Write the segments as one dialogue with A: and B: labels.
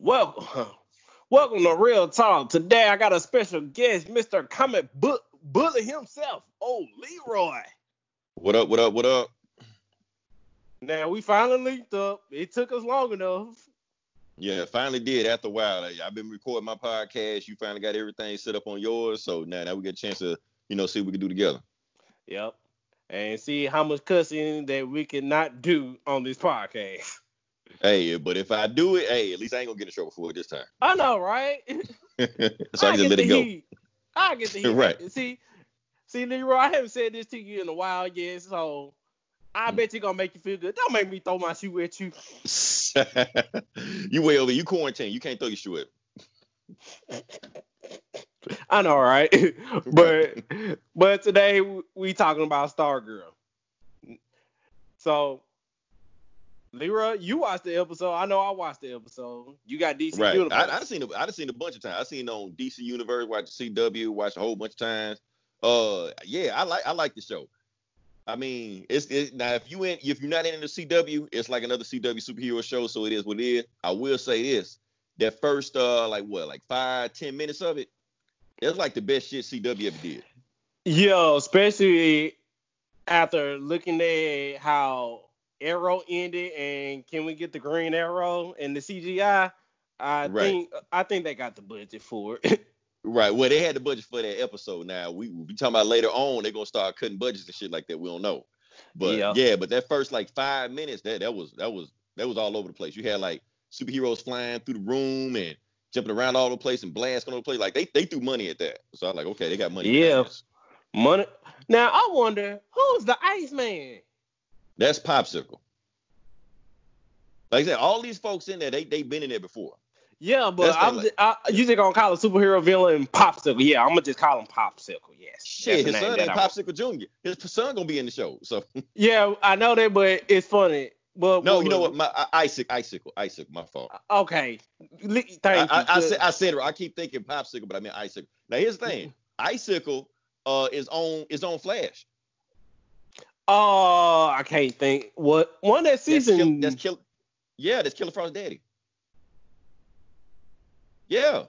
A: Welcome, welcome to Real Talk. Today I got a special guest, Mr. Comic Book Bully himself, Oh Leroy.
B: What up? What up? What up?
A: Now we finally linked up. It took us long enough.
B: Yeah, finally did after a while. I, have been recording my podcast. You finally got everything set up on yours, so now now we get a chance to you know see what we can do together.
A: Yep. And see how much cussing that we cannot do on this podcast.
B: Hey, but if I do it, hey, at least I ain't gonna get in trouble for it this time.
A: I know, right?
B: so I, just
A: get
B: let
A: the
B: it go.
A: Heat. I get the heat.
B: Right.
A: See, see, Leroy, I haven't said this to you in a while yet, so
B: Hmm.
A: I bet you're gonna make you feel good. Don't make me throw my shoe at you.
B: you way over. You quarantine. You can't throw your shoe at. me.
A: I know, right? but but today we- we talking about Stargirl. So, Leroy, you watched the episode. I know I watched the episode. You got DC
B: Right.
A: Universe.
B: I, I done seen. it- I done seen it a bunch of times. I seen it on DC Universe, watched CW, watched a whole bunch of times. Uh, yeah, I like. I like the show. I mean, it's it, now if you in if you're not in the CW, it's like another CW superhero show, so it is what it is. I will say this: that first uh, like what, like five, ten minutes of it, it's like the best shit CW ever did.
A: yeah, especially after looking at how Arrow ended and can we get the Green Arrow and the CGI. I
B: Right.
A: think I think they got the budget for it.
B: Right. Well, they had the budget for that episode. Now we we talking about later on they're gonna start cutting budgets and shit like that. We don't know. But
A: Yeah.
B: yeah. but that first like five minutes, that that was that was that was all over the place. You had like superheroes flying through the room and jumping around all the place and blasting all the place. Like they they threw money at that. So I was like, okay, they got money. behind
A: Yeah.
B: this.
A: Money. Now I wonder who's the Iceman.
B: That's popsicle. Like I said, all these folks in there, they they been in there before.
A: Yeah, but
B: That's
A: I'm
B: like-
A: I, you just gonna call a superhero villain Popsicle? Yeah, I'm gonna just call him Popsicle. Yes.
B: Shit,
A: That's
B: his
A: the name
B: son
A: that
B: ain't
A: I-
B: Popsicle Junior. His son gonna be in the show. So
A: Yeah, I know that, but it's funny. But
B: no, you know what? My I, Isaac, Icicle, Isaac, my fault.
A: Okay. Le- Thank you.
B: I, I, I, said, I said it. I keep thinking popsicle, but I mean icicle. Now here's the thing: icicle uh, is on is on Flash.
A: oh, I can't think. What one that
B: That's
A: season?
B: Kill, that's kill. Yeah, that's Killer Frost Daddy. Yeah,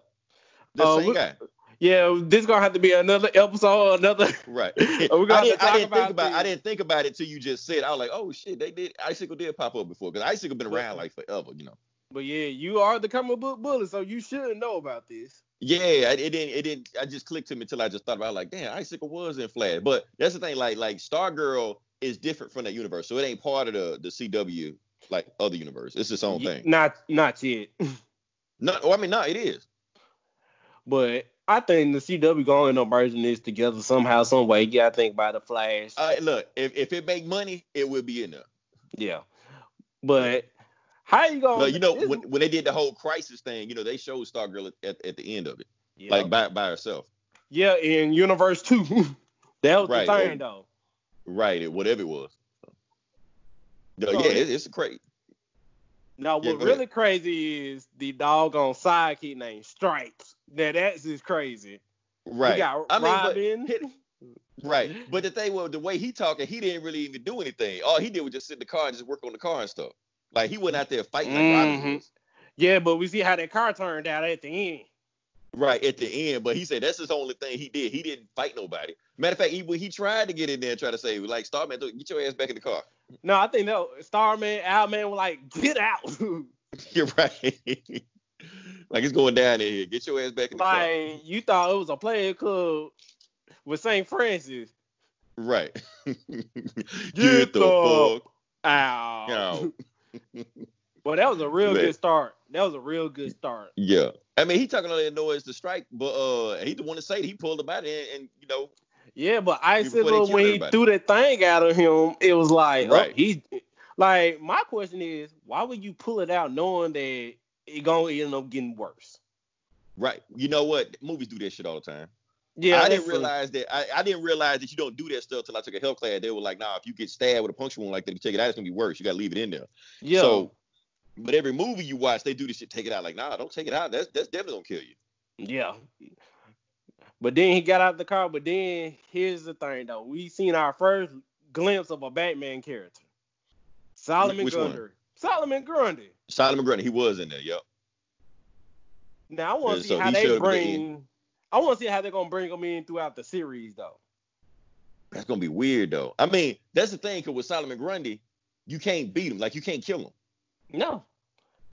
B: the
A: Uh,
B: same
A: we-
B: guy.
A: yeah, this gonna have to be another episode, another.
B: Right.
A: We're gonna
B: I didn't,
A: talk
B: I didn't
A: about
B: think about. I
A: this.
B: didn't think about it till you just said. it. I was like, oh shit, they did. Icicle did pop up before because icicle been around like forever, you know.
A: But yeah, you are the comic book bully, so you should know about this.
B: Yeah, it, it didn't. It didn't. I just clicked to me until I just thought about it, like, damn, Icicle was in Flash. But that's the thing, like, like Stargirl is different from that universe, so it ain't part of the the CW like other universe. It's its own
A: Y-
B: thing.
A: Not not yet.
B: No, oh, I mean, no, it is.
A: But I think the CW going to merging this together somehow, some way. You gotta think about the Flash.
B: Uh, look, if, if it make money, it will be in there.
A: yeah, but how you gonna?
B: No, you know,
A: this-
B: when, when they did the whole crisis thing, you know, they showed Stargirl at, at, at the end of it,
A: yeah.
B: like by by herself.
A: yeah, in Universe Two, that was
B: Right,
A: the thing
B: and-
A: though.
B: Right, it, whatever it was. No,
A: So-
B: yeah, it, it's crazy.
A: Now, what
B: Yeah, go ahead.
A: really crazy is the doggone sidekick named Stripes. Now that's just crazy.
B: Right.
A: We got
B: I mean, but-
A: Robin.
B: hit- Right. But the thing was, the way he talking, he didn't really even do anything. All he did was just sit in the car and just work on the car and stuff. Like he wasn't out there fighting like
A: Mhm.
B: Robin was.
A: yeah, but we see how that car turned out at the end.
B: Right at the end, but he said that's his only thing he did. He didn't fight nobody. Matter of fact, he, when he tried to get in there and try to save, like Starman, "Look, get your ass back in the car.
A: No, I think that Starman, Owlman were like, get out.
B: You're right. like it's going down in here. Get your ass back in the car.
A: Like you thought it was a player club with St. Francis.
B: Right.
A: Get the
B: fuck
A: Ow.
B: out.
A: Well, that was a real
B: Man.
A: good start. That was a real good start.
B: Yeah. I mean, he talking all that noise to strike, but uh, he the one to say that he pulled him out and, and you know
A: Yeah, but
B: Before they
A: Icicle
B: killed
A: when he
B: everybody.
A: threw that thing out of him, it was like oh,
B: Right.
A: he like my question is, why would you pull it out knowing that it gonna end up getting worse?
B: Right. You know what? Movies do that shit all the time.
A: Yeah,
B: I
A: that's
B: didn't
A: a-
B: realize that. I, I didn't realize that you don't do that stuff till I took a health class. They were like, nah, if you get stabbed with a puncture wound like that, if you take it out, it's gonna be worse. You gotta leave it in there.
A: Yeah.
B: So, but every movie you watch, they do this shit. Take it out. Like, nah, don't take it out. That's that's definitely gonna kill you.
A: Yeah. But then he got out the car. But then here's the thing, though. We seen our first glimpse of a Batman character, Solomon
B: Which one?
A: Grundy. Solomon Grundy.
B: Solomon Grundy, he was in there. Yep.
A: Now I want to
B: Yeah,
A: see
B: so
A: how
B: he
A: they
B: showed up at the
A: bring. I want to see how they're gonna bring him in throughout the series though.
B: That's gonna be weird though. I mean, that's the thing, cause with Solomon Grundy, you can't beat him. Like you can't kill him.
A: No,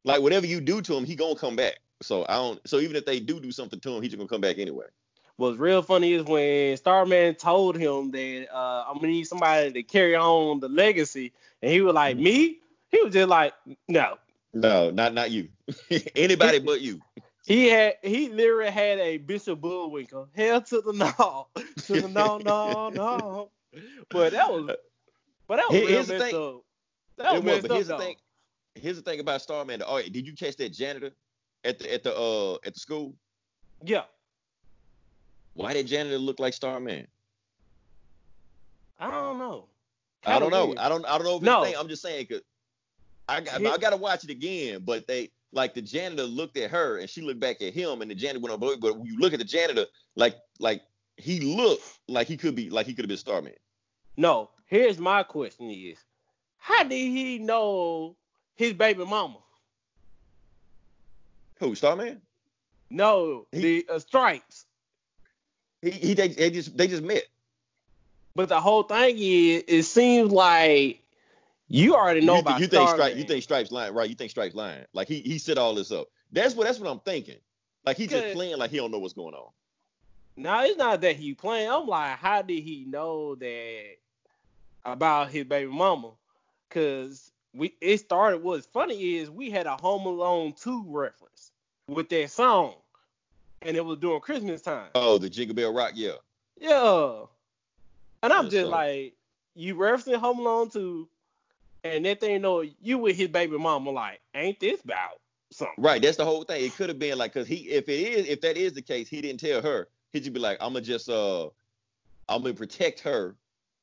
B: Like whatever you do to him, he gonna come back. So I don't. So even if they do do something to him, he's just gonna come back anyway.
A: what's real funny is when Starman told him that uh, I'm gonna need somebody to carry on the legacy, and he was
B: Mm-hmm.
A: like, "Me?" He was just like, "No."
B: No, not not you. Anybody but you.
A: He had he literally had a Bishop Bullwinkle. Hell to the no, to the no, no, no. But that was, but that was
B: Here-
A: real
B: here's the
A: messed
B: thing.
A: up. That was,
B: It was,
A: messed
B: but
A: up
B: here's the
A: though.
B: thing. Here's the thing about Starman. All right, did you catch that janitor at the at the uh at the school?
A: Yeah,
B: Why did janitor look like Starman?
A: I don't know.
B: I don't
A: Kinda
B: know.
A: weird.
B: I don't. I don't know. If
A: No.
B: no. Thing. I'm just saying. Cause I got.
A: He-
B: I gotta watch it again. But they like the janitor looked at her and she looked back at him and the janitor went on. But but when you look at the janitor, like like he looked like he could be like he could have been Starman.
A: No, here's my question is, how did he know his baby mama?
B: Who Starman?
A: No,
B: He-
A: the uh, stripes.
B: He, he they, they just they just met.
A: But the whole thing is, it seems like you already know
B: you,
A: about
B: you think
A: Starman.
B: Stripes, you think Stripes lying, right? You think Stripes lying. Like he he set all this up. That's what that's what I'm thinking. Like he just
A: Good.
B: playing like he don't know what's going on.
A: No, it's not that he playing. I'm like, how did he know that about his baby mama? Cause we it started. What's funny is we had a Home Alone two reference with that song, and it was during Christmas time.
B: Oh, the Jingle Bell Rock, yeah.
A: Yeah. And I'm
B: Yeah,
A: just
B: so-
A: like, you referencing Home Alone 2, and that thing, know you with his baby mama, like, ain't this about something?
B: Right, that's the whole thing. It could have been like cause he if it is if that is the case, he didn't tell her. He'd just be like, I'ma just uh I'ma protect her,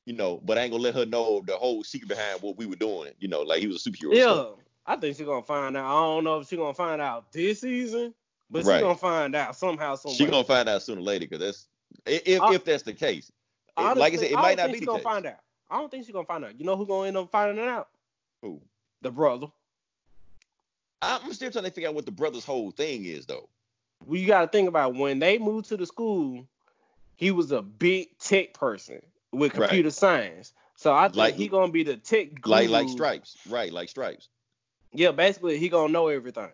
B: you know, but I ain't gonna let her know the whole secret behind what we were doing, you know, like he was a superhero. or something.
A: Yeah. I think she's gonna find out. I don't know if she's gonna find out this season, but
B: Right.
A: she's gonna find out somehow, some
B: She
A: way.
B: gonna find out sooner or later, cause that's i- if
A: Oh I-
B: if that's the case. It-
A: Honestly,
B: like I said, it
A: don't
B: might not
A: think
B: be
A: she
B: the
A: gonna
B: case.
A: find out. I don't think she's gonna find out. You know who gonna end up finding out?
B: Who?
A: The brother.
B: I'm still trying to figure out what the brother's whole thing is though.
A: Well, you gotta think about when they moved to the school, he was a big tech person with
B: Right.
A: computer science. So I think
B: Like-
A: he gonna be the tech guru.
B: like like stripes right like stripes
A: Yeah, basically he gonna know everything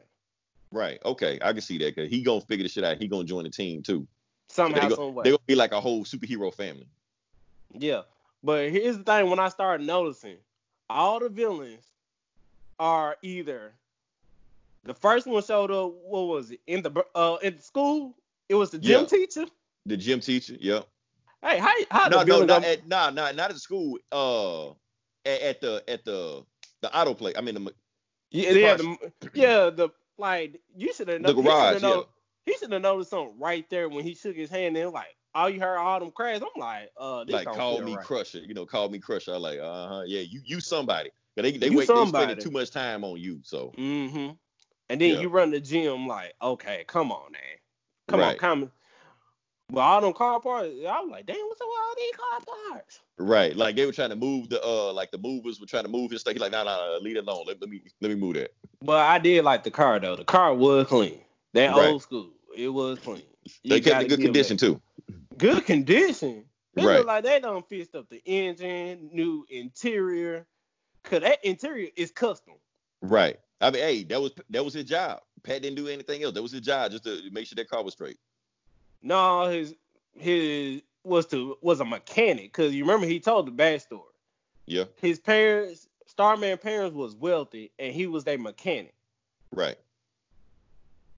B: right okay i can see that because he gonna figure the shit out he gonna join the team too
A: somehow,
B: they,
A: some
B: gonna,
A: way.
B: they gonna be like a whole superhero family
A: Yeah, but here's the thing: when I started noticing, all the villains are either the first one showed up. What was it in the br- uh in the school? It was the gym
B: Yeah.
A: teacher.
B: the gym teacher yep
A: Hey, how how
B: no
A: the
B: no
A: villain?
B: not
A: gonna-
B: at nah, nah, not at school uh at, at the at the the auto play i mean the,
A: Oh, yeah, yeah, the, yeah, the like you should have
B: the garage yeah
A: Know, he should have noticed something right there when he shook his hand and it was like all you heard all them cracks. I'm like, uh, this
B: like
A: don't
B: call
A: feel
B: me
A: right.
B: crusher you know call me crusher i like uh-huh yeah you you somebody 'Cause they they
A: You
B: wait they
A: somebody.
B: spending too much time on you so
A: Mm-hmm. And then
B: Yeah.
A: you run the gym like, okay, come on, man. Come on,
B: Right.
A: come. But all them car parts, I was like, damn, what's up with all these car parts?
B: right like they were trying to move the uh like the movers were trying to move his stuff he's like no no no leave it alone let, let me let me move that
A: But I did like the car though. The car was clean. That
B: Right.
A: old school, it was clean. You
B: they kept
A: gotta
B: in good
A: give
B: condition
A: that.
B: too
A: Good condition. It
B: Right.
A: look like they done fixed up the engine, new interior. Cause that interior is custom.
B: Right. I mean, hey, that was that was his job. Pat didn't do anything else. That was his job, just to make sure that car was straight.
A: No, his his was to was a mechanic. Cause you remember he told the bad story.
B: Yeah.
A: his parents, Starman parents was wealthy and he was their mechanic.
B: Right.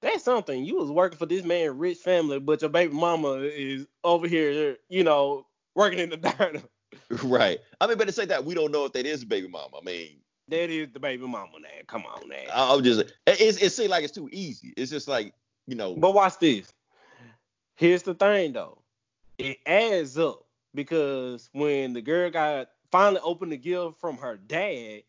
A: That's something. You was working for this man rich family, but your baby mama is over here, you know, working in the diner.
B: Right. I mean, but to say that we don't know if that is baby mama. I mean,
A: That is the baby mama now. Come on now.
B: I- I'm just it, it, it seems like it's too easy. It's just like you know.
A: But watch this. Here's the thing though. It adds up because when the girl got finally opened the gift from her dad,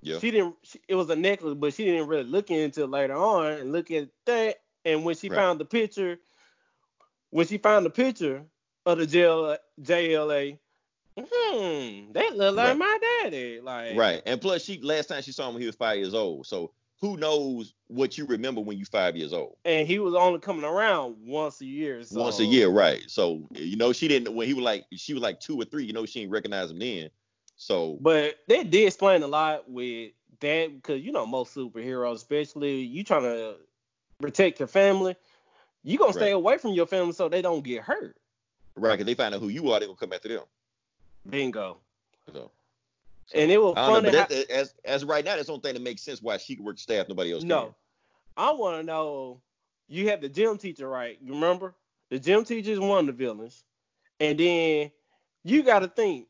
B: Yeah.
A: she didn't. She, it was a necklace, but she didn't really look into it later on and look at that. And when she
B: Right.
A: found the picture, when she found the picture of the JLA, JLA hmm, that look like
B: Right.
A: my daddy. Like
B: Right. And plus, she last time she saw him, he was five years old. So who knows what you remember when you five years old?
A: and he was only coming around once a year. So.
B: Once a year, right? So you know she didn't when he was like she was like two or three. You know she didn't recognize him then. So
A: But they did explain a lot with that because you know most superheroes, especially you trying to protect your family, you gonna stay
B: Right.
A: away from your family so they don't get hurt.
B: right, 'cause they find out who you are, they gonna come after them.
A: Bingo.
B: So
A: And it was
B: I don't
A: funny.
B: know, but
A: how-
B: that, as as of right now, that's the only thing that makes sense why she could work staff, nobody else.
A: no, I want to know. You had the gym teacher, right? You remember the gym teacher is one of the villains, and then you got to think.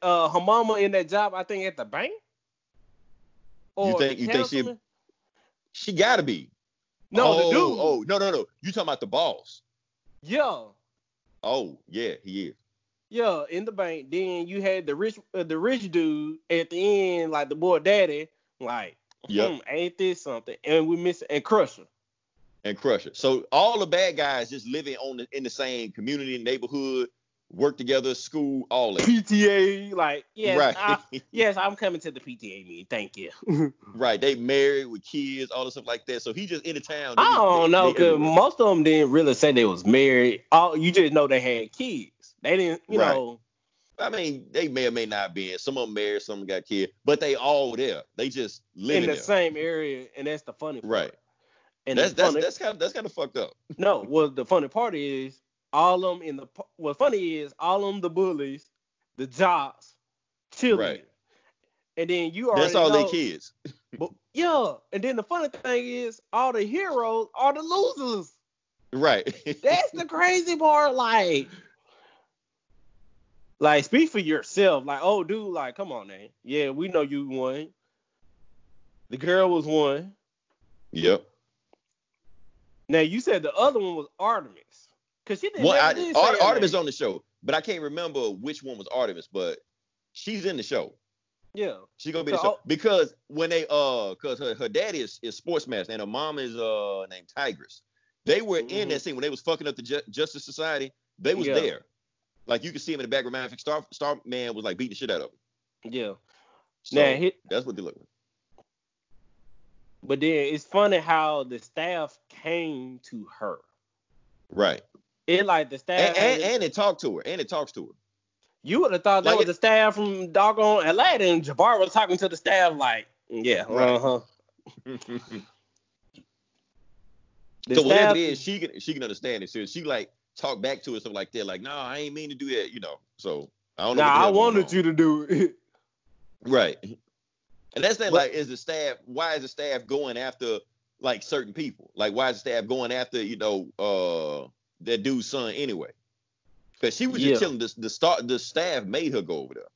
A: Uh, her mama in that job, I think, at the bank.
B: think-
A: the
B: you think she-
A: counseling?
B: Can. She gotta be.
A: No,
B: oh,
A: the dude.
B: Oh no no no, you talking about the boss?
A: Yeah,
B: Oh yeah, he is.
A: yeah, in the bank. Then you had the rich, uh, the rich dude at the end, like the boy daddy, like,
B: Yep.
A: hmm, ain't this something? And we miss and Crusher.
B: and Crusher. So all the bad guys just living on the, in the same community, neighborhood, work together, school, all
A: Hmm.
B: that.
A: PTA, like, yes,
B: right,
A: I, yes, I'm coming to the PTA meeting. Thank you.
B: right. They married with kids, all the stuff like that. So he just in the town.
A: I
B: they-
A: don't know,
B: they
A: cause
B: everywhere.
A: most of them didn't really say they was married. All you just know they had kids. They didn't, you
B: Right.
A: know.
B: I mean, they may or may not be in. Some of them married, some of them got kids, but they all there. They just
A: In
B: living
A: the
B: there.
A: same area, and that's the funny part.
B: Right.
A: And
B: that's
A: the
B: that's
A: funny-
B: that's kind of that's kind of fucked up.
A: No, well, the funny part is all them in the pa- what funny is all them the bullies, the jocks, children,
B: Right.
A: and then you already
B: That's all
A: know,
B: they kids.
A: But, yeah, and then the funny thing is all the heroes are the losers.
B: Right.
A: That's the crazy part. Like, like speak for yourself. Like, oh, dude, like, come on, man. Yeah, we know you won. The girl was one.
B: yep.
A: Now you said the other one was Artemis, cause she didn't.
B: Well,
A: never
B: I,
A: did say
B: Ar-
A: her
B: Artemis
A: name.
B: on the show, but I can't remember which one was Artemis, but she's in the show.
A: Yeah.
B: She gonna be
A: So-
B: the show because when they uh, cause her, her daddy is is sportsmaster and her mom is uh named Tigress. They were in
A: Mhm.
B: that scene when they was fucking up the Ju- Justice Society. They was
A: Yeah.
B: there, like you could see him in the background. Matter of fact, Star Star Man was like beating the shit out of him.
A: Yeah.
B: So
A: Now, he,
B: that's what they look.
A: but then it's funny how the staff came to her.
B: Right,
A: It like the staff.
B: and, and and it talked to her, and it talks to her.
A: you would have thought that
B: like
A: was
B: it-
A: the staff from Doggone Atlanta, and Jabbar was talking to the staff like, yeah,
B: Right.
A: uh huh.
B: so whatever it is, she can she can understand it. So she like talk back to her stuff like that, like, no, I ain't mean to do that, you know. So I don't know. what
A: nah,
B: the
A: I
B: hell going on.
A: wanted you to do it.
B: Right. And that's that
A: But-
B: like is the staff why is the staff going after like certain people? Like why is the staff going after, you know, uh that dude's son anyway? Cause she was
A: Yeah.
B: just telling the the start the staff made her go over there.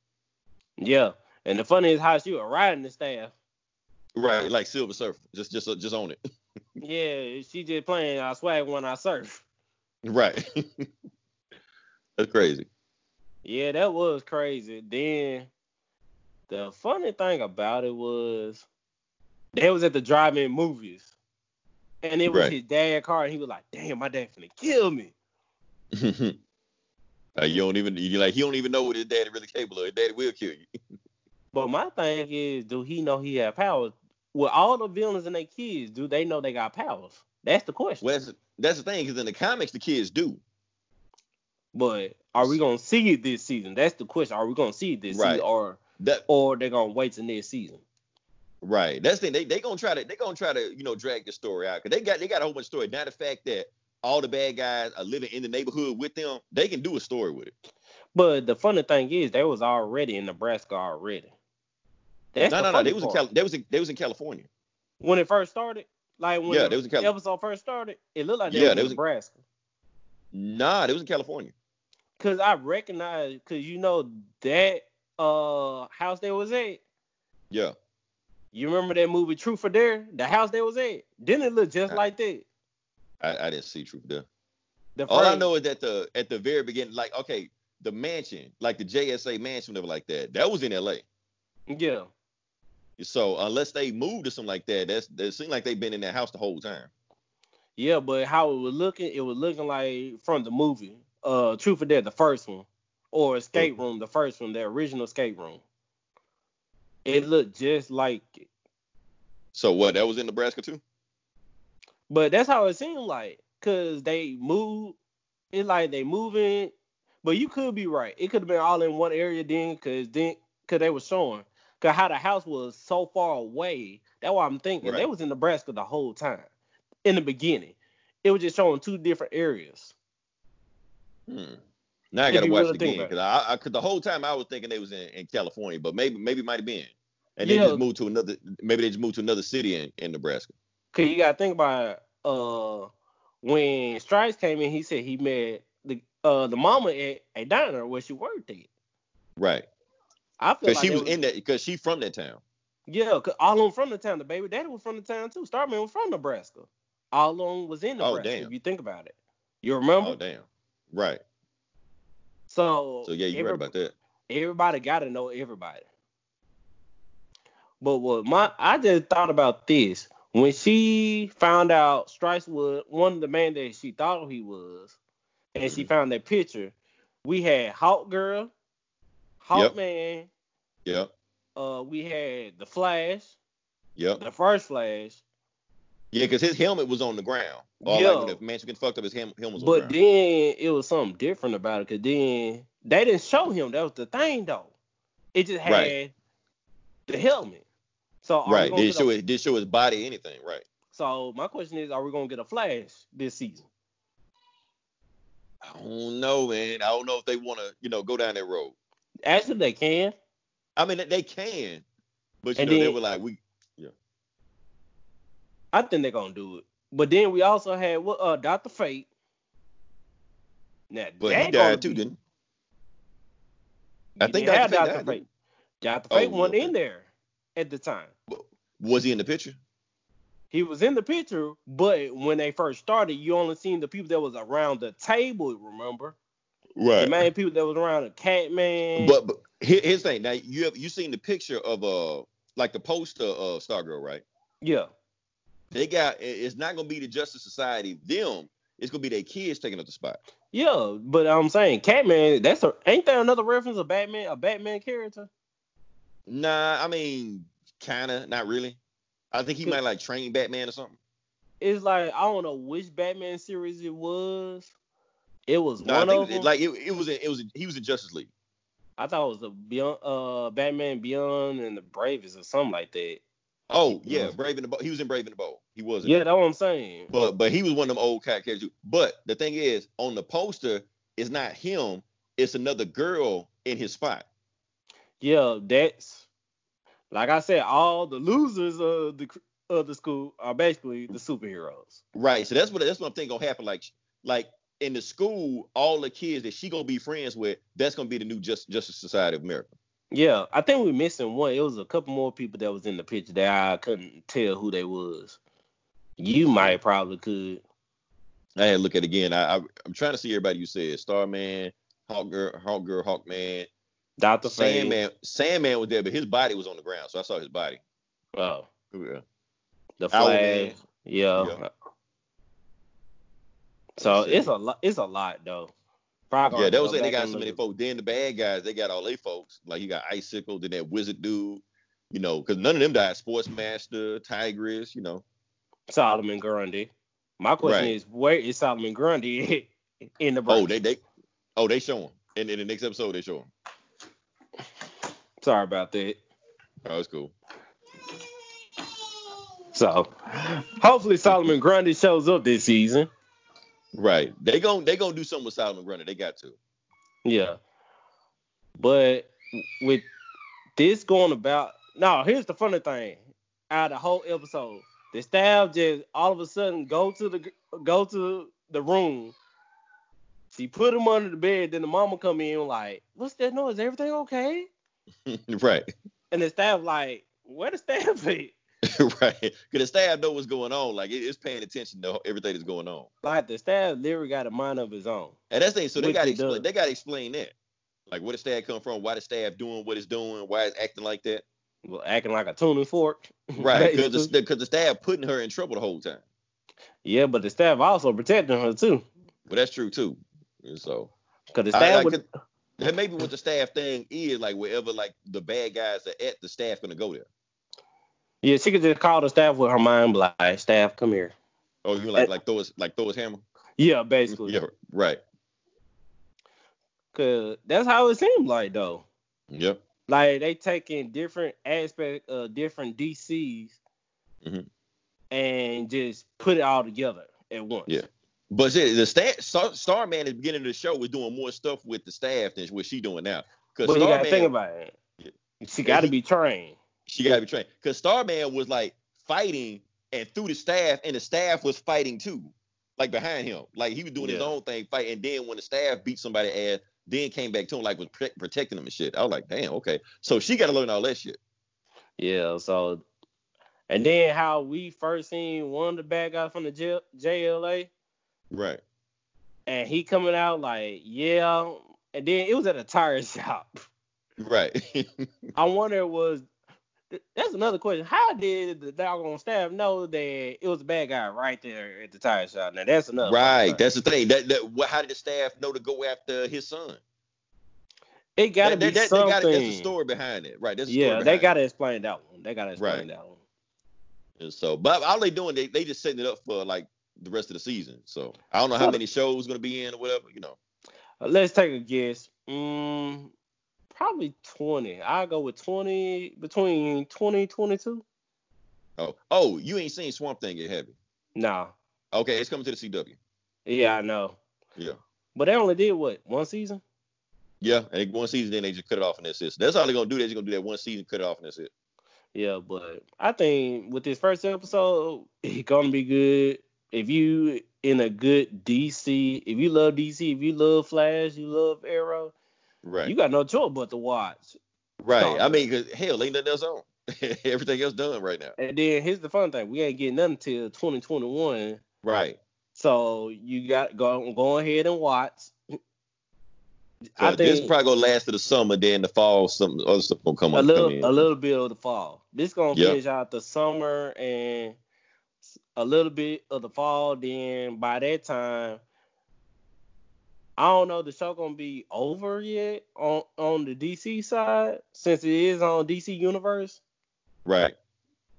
A: yeah, and the funny is how she was riding the staff.
B: Right. Like Silver Surfer. Just just just on it.
A: Yeah, she just playing I swag when I surf.
B: Right. that's crazy.
A: Yeah, that was crazy. Then the funny thing about it was they was at the drive-in movies, and it was
B: Right.
A: his dad car, and he was like, "Damn, my dad finna kill me."
B: like you don't even you like he don't even know what his daddy really capable of. His daddy will kill you.
A: But my thing is, do he know he had powers? With all the villains and their kids, do they know they got powers? That's the question.
B: Well that's that's the thing, because in the comics the kids do.
A: but are we gonna see it this season? That's the question. Are we gonna see it this
B: Right.
A: season, or
B: That
A: or they gonna wait till next season?
B: Right. That's the thing. They they gonna try to they gonna try to you know drag the story out because they got they got a whole bunch of story. Not the fact that all the bad guys are living in the neighborhood with them. They can do a story with it.
A: But the funny thing is, they was already in Nebraska already. That's
B: no,
A: the
B: no, no.
A: funny
B: They was in
A: part.
B: Cali- they was in, they was in California.
A: when it first started, like when
B: Yeah,
A: the
B: they was in Cali-
A: episode first started, it looked like they
B: Yeah,
A: was
B: they
A: in
B: was in-
A: Nebraska.
B: Nah, they was in California.
A: Cause I recognized, cause you know that uh house they was at.
B: Yeah.
A: You remember that movie True for Dare? The house they was at. Didn't it look just
B: Uh,
A: like that?
B: I, I didn't see Troop there.
A: The
B: All I
A: first-
B: know is that the at the very beginning, like okay, the mansion, like the JSA mansion, whatever like that, that was in L.A.
A: Yeah.
B: So unless they moved or something like that, that's it seemed like they've been in that house the whole time.
A: Yeah, but how it was looking, it was looking like from the movie. Uh True for Dare, the first one. Or Escape Room, the first one, the original escape room. It looked just like it.
B: So what? That was in Nebraska too.
A: But that's how it seemed like, cause they move. It's like they moving, but you could be right. It could have been all in one area then, cause then, cause they were showing, cause how the house was so far away. That's why I'm thinking they
B: Right.
A: was in Nebraska the whole time. In the beginning, it was just showing two different areas.
B: Hmm. Now I
A: If
B: gotta
A: you
B: watch
A: really
B: it
A: think about
B: again
A: it.
B: because I, I cause the whole time I was thinking they was in, in California, but maybe maybe it might have been, and
A: Yeah.
B: they just moved to another. Maybe they just moved to another city in, in Nebraska.
A: Cause you gotta think about uh when Stripes came in, he said he met the uh the mama at a diner where she worked at.
B: Right,
A: I feel
B: because
A: like
B: she
A: they
B: was
A: was-
B: in that because she from that town.
A: Yeah, 'cause all of them from the town. The baby daddy was from the town too. Starman was from Nebraska. All of them was in
B: Oh,
A: Nebraska.
B: damn.
A: If you think about it, you
B: Oh
A: remember.
B: damn. Right.
A: so
B: So yeah, you're right
A: every-
B: about that.
A: everybody got to know everybody. But what my I just thought about this when she found out Stripes was one of the man that she thought he was, and
B: Mm-hmm.
A: she found that picture. We had Hawk Girl, Hawk
B: Yep.
A: Man.
B: Yep.
A: Uh, we had the Flash,
B: Yep.
A: the first Flash,
B: Yeah, because his helmet was on the ground. All
A: Yeah.
B: like when the Mexican fucked up his helmet, helmet was on
A: But
B: the ground.
A: then it was something different about it because then they didn't show him. That was the thing though. It just had
B: Right.
A: the helmet. So are
B: right.
A: we gonna
B: Did
A: get a-
B: show his, did show his body anything? Right.
A: so my question is, are we gonna get a flash this season?
B: I don't know, man. I don't know if they want to, you know, go down that road.
A: Actually, they can.
B: I mean, they can, but you
A: And
B: know, they
A: then-
B: were like, we
A: I think they're gonna do it. But then we also had what uh Doctor Fate. Now
B: But
A: that
B: he
A: gonna
B: died too,
A: be-
B: didn't
A: you
B: I
A: didn't
B: think Dr.
A: have
B: Fate
A: Dr.
B: died,
A: Fate.
B: didn't
A: Dr.
B: Oh,
A: Fate wasn't
B: okay.
A: in there at the time.
B: he? Was he in the picture?
A: He was in the picture, but when they first started, you only seen the people that was around the table. Remember? the main people that was around the Catman.
B: But, but here- here's the thing. Now you have you seen the picture of uh like the poster of Stargirl, right?
A: yeah,
B: They got it- it's not gonna be the Justice Society them. It's gonna be their kids taking up the spot.
A: yeah. But I'm saying Catman. That's a ain't that another reference of Batman? A Batman character?
B: Nah, I mean, kinda, not really. I think he might like train Batman or something.
A: It's like I don't know which Batman series it was. It was
B: No, I
A: one
B: think
A: of
B: it-
A: them.
B: like it, it was a, it was a, he was in Justice League.
A: I thought it was the Beyond, uh, Batman Beyond and the Bravest or something like that.
B: Oh yeah,
A: Mhm.
B: Brave in the Bold. He was in Brave in the Bold. He was. in
A: Yeah, that's what I'm saying.
B: But but he was one of them old cat characters. too. But the thing is, on the poster, it's not him. It's another girl in his spot.
A: Yeah, that's like I said. All the losers of the of the school are basically the superheroes.
B: Right. So that's what that's what I'm thinking gonna happen. Like like in the school, all the kids that she gonna be friends with, that's gonna be the new Just Justice Society of America.
A: Yeah, I think we missing one. It was a couple more people that was in the picture that I couldn't tell who they was. You might probably could.
B: I had to look at it again. I, I I'm trying to see everybody you said. Starman, Hawk Girl, Hawk Girl, Hawkman,
A: Doctor Fate.
B: Sandman. Sandman was there, but his body was on the ground, so I saw his body.
A: Oh,
B: Yeah.
A: the
B: Owlman.
A: Flash. Yeah.
B: Yeah.
A: So
B: Let's see.
A: it's a lot. It's a lot though. Probably.
B: Yeah, that was
A: go
B: it. They
A: back
B: got
A: and
B: so
A: look
B: many
A: at-
B: folks. Then the bad guys, they got all they folks. Like you got Icicle, then that Wizard dude, you know, because none of them died. Sportsmaster, Tigress, you know.
A: Solomon Grundy. My question
B: Right.
A: is, where is Solomon Grundy in the break?
B: Oh, they they, oh they show him. And in the next episode, they show him.
A: Sorry about that.
B: Oh, that's cool.
A: So hopefully Solomon Grundy shows up this season.
B: Right. They gon' they gonna do something with Solomon Grundy. They got to.
A: Yeah. But with this going about, no, here's the funny thing. Out of the whole episode, the staff just all of a sudden go to the go to the room. She put him under the bed. Then the mama come in like, "What's that noise? Everything okay?"
B: right.
A: And the staff like, "Where the staff at?"
B: right. Cause the staff know what's going on. Like it- it's paying attention to everything that's going on.
A: Like the staff literally got a mind of his own.
B: And that's the thing. So they
A: Which
B: got to
A: it does.
B: explain. They got to explain that. Like where the staff come from? Why the staff doing what it's doing? Why it's acting like that?
A: Well, acting like a tuning fork.
B: Right, because
A: Basically.
B: the, 'cause the staff putting her in trouble the whole time.
A: yeah, but the staff also protecting her too.
B: Well, that's true too. And so
A: Cause the
B: I-
A: staff
B: I
A: would-
B: could- that may be what the staff thing is. Like wherever like the bad guys are at, the staff gonna go there.
A: Yeah, she could just call the staff with her mind like, staff, come here.
B: Oh, you mean like like throw his like throw his hammer?
A: Yeah, basically.
B: Yeah, right.
A: Cause that's how it seemed like though.
B: Yep.
A: Like they taking different aspect of different DCs
B: Mhm.
A: and just put it all together at once.
B: Yeah. But shit, the Star, Star Starman at the beginning of the show was doing more stuff with the staff than what she doing now. Because
A: But you gotta think
B: Starman,
A: about it.
B: Yeah.
A: She
B: Yeah,
A: gotta
B: he-
A: be trained.
B: she gotta be trained. Because Starman was like fighting and through the staff, and the staff was fighting too, like behind him. Like he was doing his
A: Yeah.
B: own thing, fight. And then when the staff beat somebody ass, then came back to him like was pre- protecting him and shit. I was like, damn, okay. So she gotta learn all that shit.
A: Yeah, so and then how we first seen one of the bad guys from the jail, JLA
B: Right.
A: and he coming out like, yeah. And then it was at a tire shop.
B: Right.
A: I wonder was that's another question. How did the doggone staff know that it was a bad guy right there at the tire shop? Now that's another
B: right.
A: question.
B: That's the thing. That that what, how did the staff know to go after his son?
A: it gotta
B: That-
A: be
B: that- that- they
A: something.
B: gotta- that's the story behind it. Right. That's the
A: yeah,
B: story
A: they
B: behind
A: gotta explain that one. They gotta explain
B: Right.
A: that one.
B: And so, but all they doing, they, they just setting it up for like the rest of the season. So I don't know how
A: Well-
B: many shows gonna be in or whatever, you know.
A: Uh, Let's take a guess. Mm, probably twenty. I'll go with twenty between 20, 22.
B: Oh, oh, you ain't seen Swamp Thing yet, have you?
A: Nah.
B: Okay, it's coming to the CW.
A: Yeah, I know.
B: Yeah,
A: But they only did what one season?
B: yeah. And one season, then they just cut it off, and that's it. So that's all they're gonna do. They're just gonna do that one season, cut it off, and that's it.
A: Yeah, but I think with this first episode, it's gonna be good. If you in a good DC, if you love DC, if you love Flash, you love Arrow,
B: Right,
A: you got no choice but to watch.
B: right.
A: No.
B: I mean, 'cause, hell, ain't nothing else on. Everything else done right now.
A: And then here's the fun thing: we ain't getting nothing till 2021,
B: Right.
A: so you got go go ahead and watch.
B: So
A: I
B: this
A: think
B: probably gonna last to the summer, then the fall, some other stuff gonna come
A: a
B: up.
A: little
B: come in.
A: a little bit of the fall. This gonna
B: Yeah.
A: finish out the summer and s- a little bit of the fall. Then by that time, I don't know the show gonna be over yet on on the DC side since it is on DC Universe.
B: Right.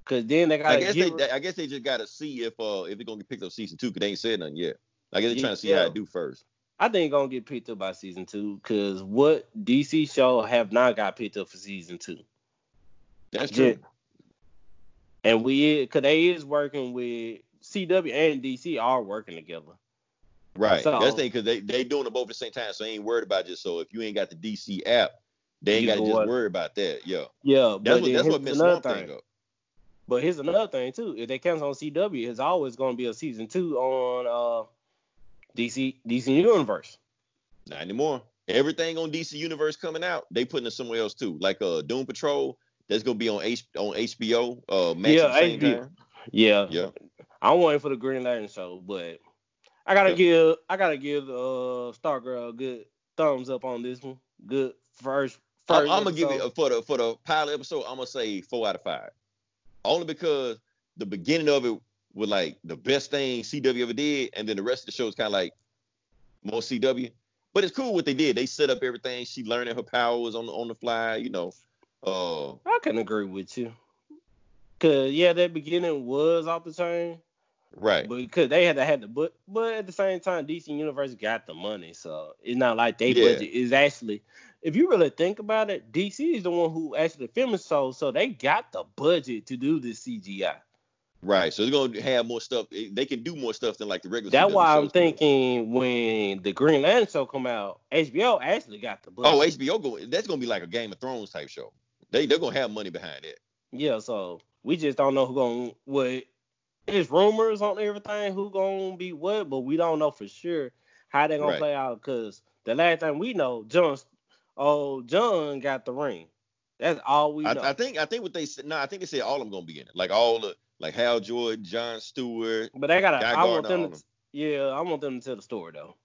A: Cause then they
B: I
A: gotta
B: guess
A: get
B: they, I guess they just gotta see if uh if it's gonna get picked up season two because they ain't said nothing yet. I guess they're
A: Yeah.
B: trying to see how it do first.
A: I think it's gonna get picked up by season two. Cause what DC show have not got picked up for season two?
B: That's
A: Yeah.
B: true.
A: And we cause they is working with CW and DC are working together.
B: Right.
A: So-
B: That's the thing because they they doing them both at the same time, so they ain't worried about just so if you ain't got the DC app, they ain't
A: You
B: gotta
A: can
B: just
A: watch.
B: worry about that. Yeah.
A: Yeah, but
B: That's
A: then
B: what that's
A: here's
B: what Miss
A: another
B: Swamp
A: thing.
B: thing though.
A: But here's another thing too. If they cancel on CW, it's always going to be a season two on uh, DC DC Universe.
B: Not anymore. Everything on DC Universe coming out, they putting it somewhere else too. Like uh Doom Patrol, that's gonna be on H on HBO. Uh, Max
A: Yeah,
B: at the same
A: HBO.
B: time.
A: Yeah,
B: Yeah.
A: I'm waiting for the Green Lantern show, but I gotta
B: Yeah.
A: give I gotta give uh Stargirl a good thumbs up on this one. Good first.
B: I'm,
A: first
B: gonna give
A: episode.
B: it for the for the pilot episode. I'm gonna say four out of five, only because the beginning of it was like the best thing CW ever did, and then the rest of the show is kind of like more CW. But it's cool what they did. They set up everything. She learning her powers on the on the fly. You know, uh,
A: I can agree with you. Cause yeah, that beginning was off the chain,
B: right,
A: because they had to have the but but at the same time DC Universe got the money, so it's not like they
B: Yeah.
A: budget is actually if you really think about it, DC is the one who actually filmed it, so so they got the budget to do this CGI.
B: right. So they're gonna have more stuff. They can do more stuff than like the regular.
A: That's
B: CW
A: why I'm
B: shows.
A: thinking when the Green Lantern show come out, HBO actually got the budget.
B: Oh, HBO go. That's gonna be like a Game of Thrones type show. They they're gonna have money behind it.
A: yeah, so we just don't know who going what it's rumors on everything who gonna be what, but we don't know for sure how they gonna
B: Right.
A: play out because the last time we know, John, oh John got the ring. That's all we
B: I,
A: know.
B: I think I think what they said. No, I think they said all of them gonna be in it. Like all the like Hal Jordan, John Stewart.
A: but they gotta.
B: Guy
A: I want
B: Gardner
A: them.
B: on
A: To,
B: them.
A: yeah, I want them to tell the story though.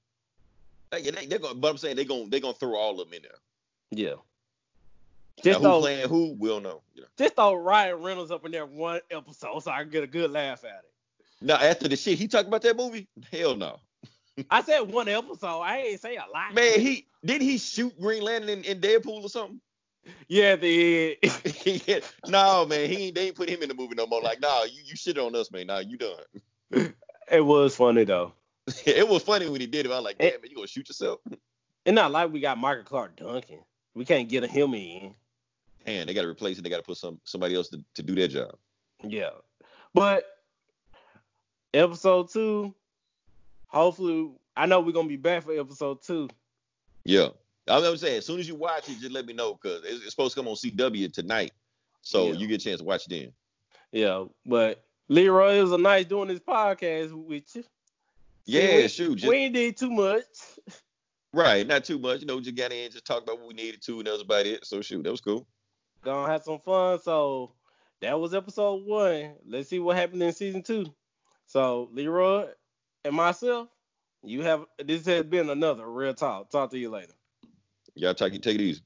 B: Like, yeah, they, they're gonna, but I'm saying they're gonna they're gonna throw all of them in there.
A: Yeah.
B: Now,
A: Just
B: who
A: throw,
B: playing who? We'll know. You know.
A: just throw Ryan Reynolds up in there one episode so I can get a good laugh at it.
B: Now after the shit he talked about that movie, hell no.
A: I said one episode. I ain't say a lot.
B: Man, he did he shoot Green Lantern in, in Deadpool or something?
A: Yeah, the
B: Yeah. no, man, he ain't, they ain't put him in the movie no more. Like, nah, you, you shit on us, man. Nah, you done.
A: it was funny though.
B: it was funny when he did it. I was like, damn, man, you gonna shoot yourself?
A: And not like we got Michael Clark Duncan. We can't get him in.
B: Man, they gotta replace it. They gotta put some somebody else to, to do their job.
A: Yeah. But episode two, hopefully I know we're gonna be back for episode two.
B: Yeah. I'm, I'm saying, as soon as you watch it, just let me know because it's, it's supposed to come on CW tonight, so
A: Yeah.
B: you get a chance to watch it then.
A: Yeah. But Leroy, it was a nice doing this podcast with you.
B: Yeah,
A: we-
B: shoot, just,
A: We ain't did too much.
B: right, not too much. You know, just got in, just talked about what we needed to, and that was about it. So shoot, that was cool.
A: Gonna have some fun. So that was episode one. Let's see what happened in season two. So Leroy and myself, you have this has been another real talk. Talk to you later.
B: Y'all talk, take it easy.